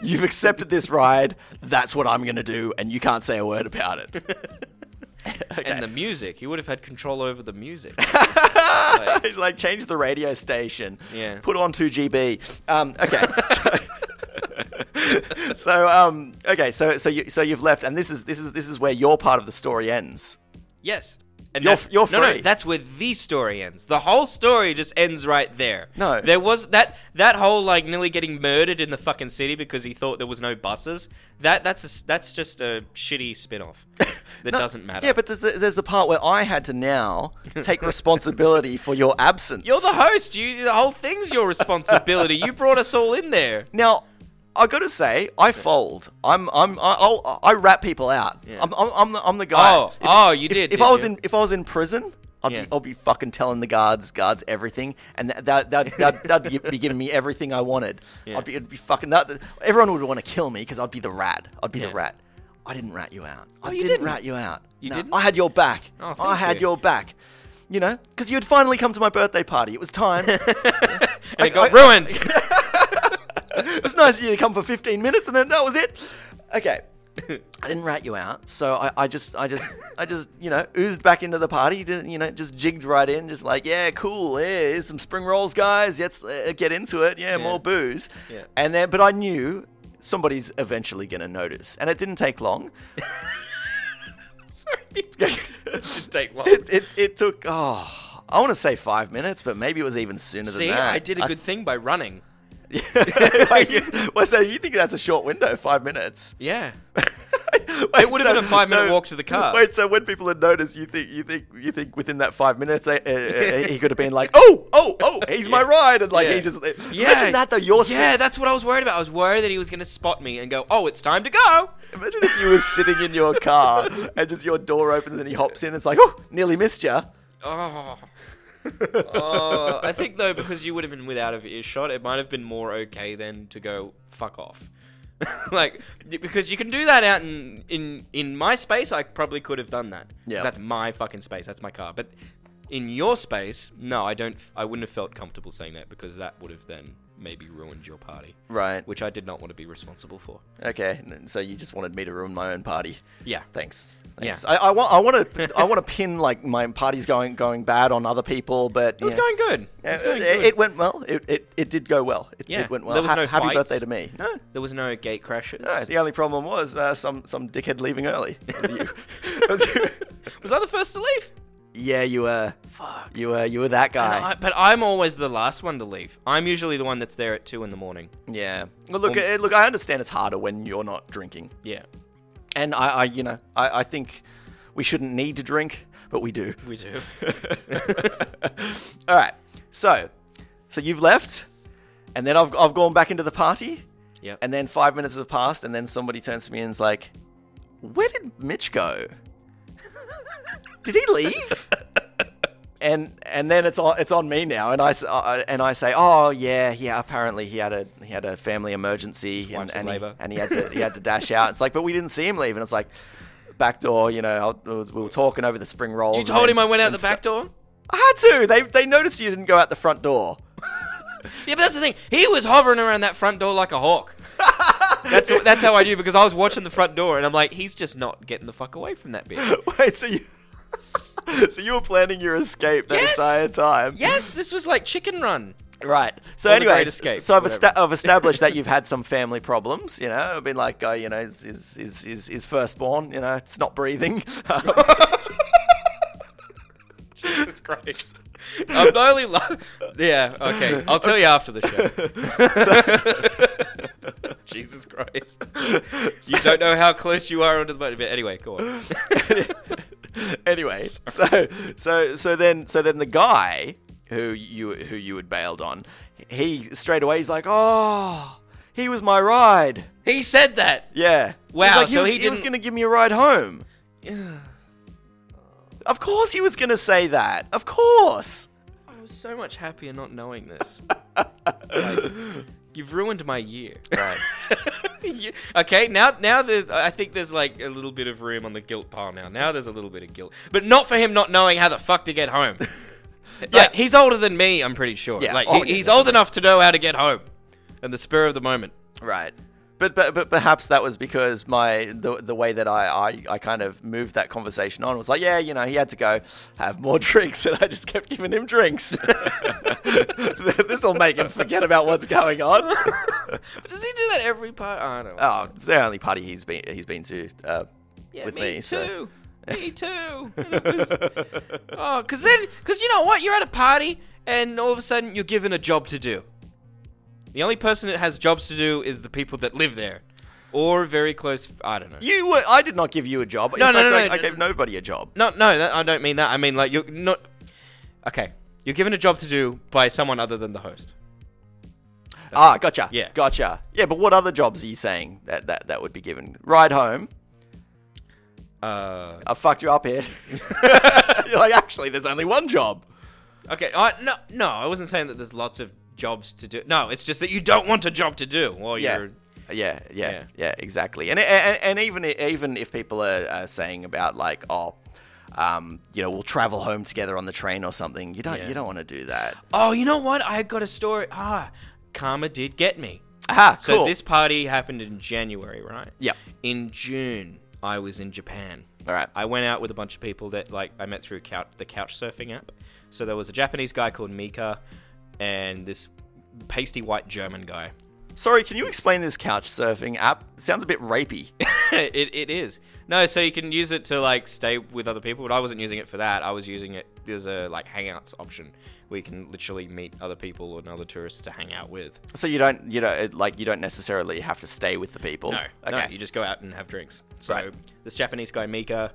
Speaker 1: you've accepted this ride. That's what I'm going to do, and you can't say a word about it.
Speaker 2: And the music, he would have had control over the music.
Speaker 1: like, change the radio station.
Speaker 2: Yeah.
Speaker 1: Put on 2GB. Um, okay. so, so um, okay. So so you so you've left, and this is this is this is where your part of the story ends.
Speaker 2: yes. And
Speaker 1: You're-
Speaker 2: that's-
Speaker 1: you're
Speaker 2: No, no,
Speaker 1: free.
Speaker 2: that's where the story ends. The whole story just ends right there.
Speaker 1: No.
Speaker 2: There was that that whole like nearly getting murdered in the fucking city because he thought there was no buses. That that's a s that's just a shitty spin-off that
Speaker 1: No,
Speaker 2: doesn't matter.
Speaker 1: Yeah, but there's the, there's the part where I had to now take responsibility for your absence.
Speaker 2: you're the host. You the whole thing's your responsibility. you brought us all in there.
Speaker 1: Now, I gotta say, I fold. I'm, I'm, I- I'll, I rat people out.
Speaker 2: Yeah.
Speaker 1: I'm, I'm, I'm the, I'm the guy.
Speaker 2: Oh, oh, you did,
Speaker 1: If
Speaker 2: did
Speaker 1: I was
Speaker 2: you?
Speaker 1: in, if I was in prison, I'd
Speaker 2: Yeah.
Speaker 1: be, I'll be fucking telling the guards, guards everything, and that, that, that, that that'd gi- be giving me everything I wanted.
Speaker 2: Yeah.
Speaker 1: I'd be, it'd be fucking that. that- Everyone would want to kill me because I'd be the rat. I'd be
Speaker 2: Yeah.
Speaker 1: the rat. I didn't rat you out. I
Speaker 2: Oh, you didn't.
Speaker 1: rat you out.
Speaker 2: You
Speaker 1: No,
Speaker 2: didn't?
Speaker 1: I had your back.
Speaker 2: Oh,
Speaker 1: I
Speaker 2: thank
Speaker 1: had
Speaker 2: you.
Speaker 1: your back. You know, because you had finally come to my birthday party. It was time.
Speaker 2: And
Speaker 1: I-
Speaker 2: it got
Speaker 1: I-
Speaker 2: ruined.
Speaker 1: it was nice of you to come for 15 minutes and then that was it. Okay. I didn't rat you out, so I, I just, I just, I just, you know, oozed back into the party. Didn't, you know, just jigged right in, just like, yeah, cool, yeah, here's some spring rolls, guys. Let's uh, get into it. Yeah, more booze.
Speaker 2: Yeah.
Speaker 1: And then, but I knew somebody's eventually gonna notice, and it didn't take long.
Speaker 2: Sorry.
Speaker 1: it,
Speaker 2: Didn't take long.
Speaker 1: it, it took, oh, I want to say five minutes, but maybe it was even sooner
Speaker 2: See,
Speaker 1: than that.
Speaker 2: I did a good thing by running.
Speaker 1: Wait, you- well, so you think that's a short window, five minutes?
Speaker 2: Yeah.
Speaker 1: it
Speaker 2: would've been a five-minute walk to the car.
Speaker 1: Wait, so when people had noticed, you think you think you think within that five minutes, they, uh, uh, he could have been like, oh, oh, oh, he's my ride, and like
Speaker 2: Yeah.
Speaker 1: he just eh,
Speaker 2: Yeah.
Speaker 1: imagine that though. You're
Speaker 2: Yeah,
Speaker 1: sit-
Speaker 2: that's what I was worried about. I was worried that he was going to spot me and go, "Oh, it's time to go."
Speaker 1: imagine if you were sitting in your car and just your door opens and he hops in. It's like, oh, nearly missed you.
Speaker 2: Oh. oh, I think though because you would have been without of earshot, it might have been more okay then to go fuck off. like y- because you can do that out in in in my space, I probably could have done that. 'Cause
Speaker 1: Yeah.
Speaker 2: that's my fucking space. That's my car. But in your space, no, I don't. f- I wouldn't have felt comfortable saying that because that would have then maybe ruined your party,
Speaker 1: Right.
Speaker 2: which I did not want to be responsible for.
Speaker 1: Okay. n- So you just wanted me to ruin my own party.
Speaker 2: Yeah.
Speaker 1: Thanks. Thanks.
Speaker 2: Yeah.
Speaker 1: I, I want. I want to. I want to pin like my party's going going bad on other people, but
Speaker 2: It was going good. It was
Speaker 1: It,
Speaker 2: going
Speaker 1: Uh, it,
Speaker 2: good.
Speaker 1: went well. It, it, it did go well. It,
Speaker 2: Yeah.
Speaker 1: it went well.
Speaker 2: There was
Speaker 1: Ha-
Speaker 2: no
Speaker 1: happy
Speaker 2: fights.
Speaker 1: birthday to me. No,
Speaker 2: There was no gate crashes.
Speaker 1: no. The only problem was uh, some some dickhead leaving early. It was you. It was you.
Speaker 2: Was I the first to leave?
Speaker 1: yeah, you were.
Speaker 2: Fuck.
Speaker 1: You were. You were that guy.
Speaker 2: I, but I'm always the last one to leave. I'm usually the one that's there at two in the morning.
Speaker 1: yeah. Well, look.
Speaker 2: Um,
Speaker 1: eh, look. I understand it's harder when you're not drinking,
Speaker 2: Yeah,
Speaker 1: and I, I you know, I, I think we shouldn't need to drink, but we do.
Speaker 2: we do.
Speaker 1: All right. So, so you've left, and then I've I've gone back into the party.
Speaker 2: yeah.
Speaker 1: And then five minutes have passed, and then somebody turns to me and is like, Where did Mitch go? did he leave? and and then it's on it's on me now, and I s- uh, and I say, Oh yeah, yeah. Apparently he had a he had a family emergency, and
Speaker 2: wife's in
Speaker 1: and he,
Speaker 2: labour.
Speaker 1: and he had to he had to dash out. It's like, but we didn't see him leave, and it's like. Back door, you know, I was- we were talking over the spring rolls.
Speaker 2: you
Speaker 1: and
Speaker 2: told
Speaker 1: then-
Speaker 2: him I went out
Speaker 1: and
Speaker 2: the
Speaker 1: stu-
Speaker 2: back door.
Speaker 1: I had to. They they noticed you didn't go out the front door.
Speaker 2: Yeah, but that's the thing. He was hovering around that front door like a hawk. that's that's how I knew because I was watching the front door and I'm like, he's just not getting the fuck away from that bitch.
Speaker 1: Wait, so you so you were planning your escape that
Speaker 2: Yes!
Speaker 1: entire time?
Speaker 2: Yes, this was like Chicken Run.
Speaker 1: Right. So
Speaker 2: Or the Great
Speaker 1: anyway,
Speaker 2: Escape,
Speaker 1: so I've,
Speaker 2: whatever.
Speaker 1: esta- I've established that you've had some family problems. You know, I've been like, uh, you know, is is is is, is firstborn. You know, it's not breathing. Um,
Speaker 2: Jesus Christ. I'm only lo- Yeah, okay. I'll tell you after the show. Jesus Christ. You don't know how close you are onto the boat. But anyway, go on.
Speaker 1: anyway, so so so then so then the guy who you who you had bailed on, he straight away he's like, oh, he was my ride.
Speaker 2: He said that.
Speaker 1: Yeah.
Speaker 2: Wow,
Speaker 1: He's like, he
Speaker 2: so
Speaker 1: was,
Speaker 2: he
Speaker 1: was
Speaker 2: didn't-
Speaker 1: going to give me a ride home. Of course, he was going to say that. Of course.
Speaker 2: I was so much happier not knowing this. Like, you've ruined my year.
Speaker 1: Right.
Speaker 2: You- okay, now now there's I think there's like a little bit of room on the guilt pile now. Now there's a little bit of guilt, but not for him not knowing how the fuck to get home.
Speaker 1: Yeah.
Speaker 2: Like he's older than me, I'm pretty sure.
Speaker 1: Yeah,
Speaker 2: Like
Speaker 1: oh,
Speaker 2: he,
Speaker 1: yeah,
Speaker 2: he's
Speaker 1: definitely.
Speaker 2: old enough to know how to get home, and the spur of the moment.
Speaker 1: Right. But, but but perhaps that was because my the, the way that I, I I kind of moved that conversation on was like yeah you know he had to go have more drinks and I just kept giving him drinks. this will make him forget about what's going on.
Speaker 2: But does he do that every part? I don't know.
Speaker 1: oh, it's the only party he's been he's been to uh,
Speaker 2: Yeah,
Speaker 1: with
Speaker 2: me,
Speaker 1: me.
Speaker 2: too.
Speaker 1: So
Speaker 2: Me too. And it was- oh, because then, because you know what? You're at a party and all of a sudden you're given a job to do. The only person that has jobs to do is the people that live there. Or very close. I don't know.
Speaker 1: you were I did not give you a job. In
Speaker 2: No, no,
Speaker 1: fact,
Speaker 2: no,
Speaker 1: I,
Speaker 2: no,
Speaker 1: I
Speaker 2: no,
Speaker 1: gave nobody a job.
Speaker 2: No, no, that, I don't mean that. I mean, like, you're not. Okay. You're given a job to do by someone other than the host.
Speaker 1: Ah, gotcha.
Speaker 2: Yeah.
Speaker 1: gotcha. Yeah, but what other jobs are you saying that that, that would be given? Ride home.
Speaker 2: Uh,
Speaker 1: I fucked you up here. You're like actually, there's only one job.
Speaker 2: okay. I, no, no, I wasn't saying that there's lots of jobs to do. No, it's just that you don't want a job to do while
Speaker 1: Yeah.
Speaker 2: you're.
Speaker 1: Yeah, yeah, yeah,
Speaker 2: Yeah.
Speaker 1: exactly. And, and and even even if people are, are saying about like, oh, um, you know, we'll travel home together on the train or something, you don't
Speaker 2: Yeah.
Speaker 1: you don't want to do that.
Speaker 2: Oh, you know what? I got a story. Ah, karma did get me.
Speaker 1: Ah,
Speaker 2: So
Speaker 1: cool.
Speaker 2: this party happened in January, right?
Speaker 1: Yep.
Speaker 2: In June, I was in Japan.
Speaker 1: All right.
Speaker 2: I went out with a bunch of people that like I met through couch, the couch surfing app. So there was a Japanese guy called Mika, and this pasty white German guy.
Speaker 1: Sorry, can you explain this couch surfing app? Sounds a bit rapey.
Speaker 2: it, it is no, so you can use it to like stay with other people, but I wasn't using it for that. I was using it there's a like hangouts option where you can literally meet other people and other tourists to hang out with.
Speaker 1: so you don't you know it- like you don't necessarily have to stay with the people.
Speaker 2: No, no,
Speaker 1: Okay.
Speaker 2: you just go out and have drinks. So
Speaker 1: Right.
Speaker 2: this Japanese guy Mika,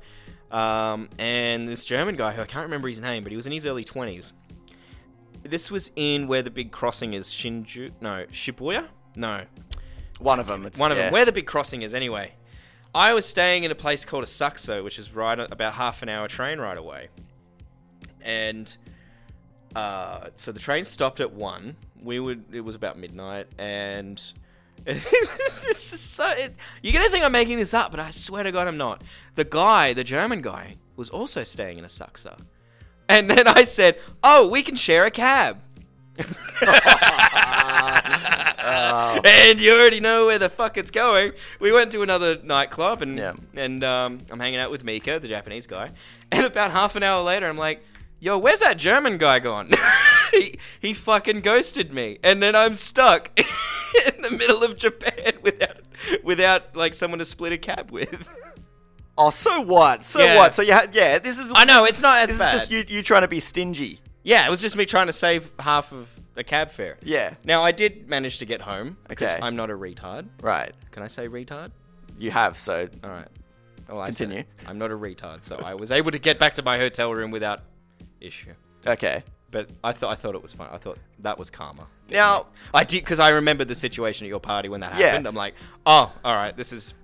Speaker 2: um, and this German guy who I can't remember his name, but he was in his early twenties. This was in where the big crossing is Shinju. No, Shibuya. No,
Speaker 1: one of them. It's,
Speaker 2: one of
Speaker 1: yeah.
Speaker 2: them. Where the big crossing is, anyway. I was staying in a place called Asakusa, which is right about half an hour train ride away. And uh, so the train stopped at one. We would. It was about midnight, and this is so. It, you're gonna think I'm making this up, but I swear to God, I'm not. The guy, the German guy, was also staying in Asakusa. And then I said, "Oh, we can share a cab." and you already know where the fuck it's going. We went to another nightclub, and
Speaker 1: Yeah.
Speaker 2: and um, I'm hanging out with Mika, the Japanese guy. And about half an hour later, I'm like, "Yo, where's that German guy gone?" he he fucking ghosted me, and then I'm stuck in the middle of Japan without without like someone to split a cab with.
Speaker 1: Oh, so what? So
Speaker 2: Yeah.
Speaker 1: what? So yeah, yeah. This is.
Speaker 2: I know,
Speaker 1: this is-
Speaker 2: it's not as
Speaker 1: This
Speaker 2: bad.
Speaker 1: is just you you trying to be stingy.
Speaker 2: Yeah, it was just me trying to save half of a cab fare.
Speaker 1: Yeah.
Speaker 2: Now I did manage to get home because
Speaker 1: Okay.
Speaker 2: I'm not a retard.
Speaker 1: Right.
Speaker 2: Can I say retard?
Speaker 1: You have so.
Speaker 2: All right. Oh, I said
Speaker 1: Continue.
Speaker 2: it. I'm not a retard, so I was able to get back to my hotel room without issue.
Speaker 1: Okay.
Speaker 2: But I thought I thought it was fun. I thought that was karma.
Speaker 1: Now-
Speaker 2: I did because I remembered the situation at your party when that
Speaker 1: Yeah.
Speaker 2: happened. I'm like, oh, all right, this is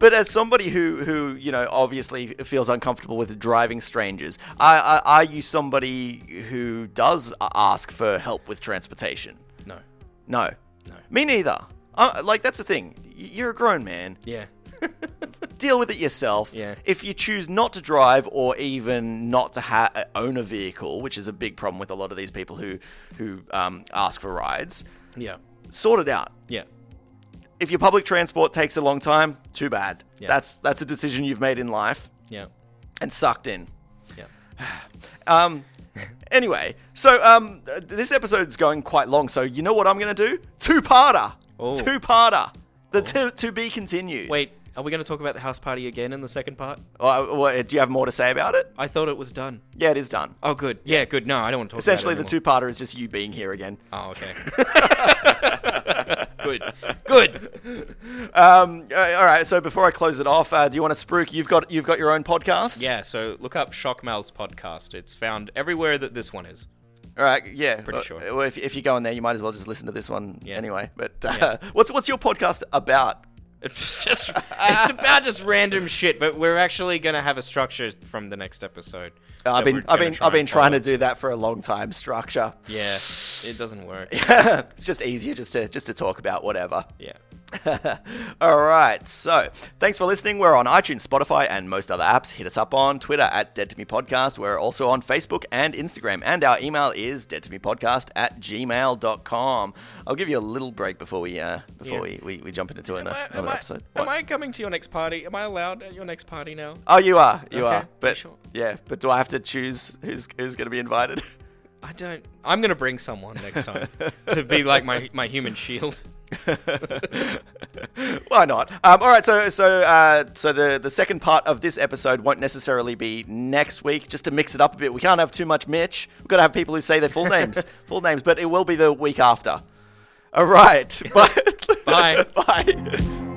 Speaker 1: But as somebody who, who you know obviously feels uncomfortable with driving strangers, are, are, are you somebody who does a- ask for help with transportation?
Speaker 2: no,
Speaker 1: No,
Speaker 2: No.
Speaker 1: me neither. Uh, like that's the thing. Y- You're a grown man.
Speaker 2: yeah,
Speaker 1: Deal with it yourself.
Speaker 2: Yeah.
Speaker 1: If you choose not to drive or even not to ha- uh, own a vehicle, which is a big problem with a lot of these people who who um, ask for rides,
Speaker 2: yeah,
Speaker 1: sort it out.
Speaker 2: yeah.
Speaker 1: If your public transport takes a long time, too bad.
Speaker 2: Yeah.
Speaker 1: That's that's a decision you've made in life
Speaker 2: Yeah,
Speaker 1: and sucked in.
Speaker 2: yeah.
Speaker 1: Um, anyway, so um, th- this episode's going quite long, so you know what I'm going to do? Two parter.
Speaker 2: Oh.
Speaker 1: Two parter. The to, to be continued.
Speaker 2: Wait, are we going to talk about the house party again in the second part?
Speaker 1: Uh, what- do you have more to say about it?
Speaker 2: I thought it was done.
Speaker 1: Yeah, it is done.
Speaker 2: Oh, good. Yeah, good. No, I don't want to talk.
Speaker 1: Essentially, the
Speaker 2: about it
Speaker 1: two parter is just you being here again.
Speaker 2: anymore. Oh, okay. Good. Good.
Speaker 1: Um, uh, all right. So before I close it off, uh, do you want to spruik? You've got you've got your own podcast.
Speaker 2: Yeah, so look up Shockmal's podcast. It's found everywhere that this one is.
Speaker 1: All right. Yeah.
Speaker 2: Pretty
Speaker 1: Well,
Speaker 2: sure.
Speaker 1: Well, if, if you go in there, you might as well just listen to this one
Speaker 2: Yeah.
Speaker 1: anyway. But uh, what's what's your podcast about?
Speaker 2: It's just it's about just random shit, but we're actually gonna have a structure from the next episode.
Speaker 1: Uh, I've
Speaker 2: that
Speaker 1: been
Speaker 2: we're
Speaker 1: I've
Speaker 2: gonna
Speaker 1: been
Speaker 2: try
Speaker 1: I've been
Speaker 2: and
Speaker 1: trying
Speaker 2: follow.
Speaker 1: to do that for a long time. Structure.
Speaker 2: Yeah, it doesn't work.
Speaker 1: it's just easier just to just to talk about whatever.
Speaker 2: Yeah.
Speaker 1: All right. So thanks for listening. We're on iTunes, Spotify, and most other apps. Hit us up on Twitter at Dead to Me Podcast. We're also on Facebook and Instagram. And our email is dead to me podcast at gmail.com. I'll give you a little break before we uh, before
Speaker 2: Yeah.
Speaker 1: we, we, we jump into an,
Speaker 2: Am I- am
Speaker 1: another
Speaker 2: I-
Speaker 1: episode.
Speaker 2: Am
Speaker 1: What?
Speaker 2: I coming to your next party? Am I allowed at your next party now?
Speaker 1: Oh, you are. You
Speaker 2: Okay,
Speaker 1: are. But
Speaker 2: sure.
Speaker 1: yeah, but do I have to choose who's who's going to be invited?
Speaker 2: I don't. I'm gonna bring someone next time to be like my my human shield.
Speaker 1: Why not? Um, all right, so so uh, so the the second part of this episode won't necessarily be next week. Just to mix it up a bit, we can't have too much Mitch. We've got to have people who say their full names, full names. But it will be the week after. All right, bye.
Speaker 2: Bye.
Speaker 1: bye.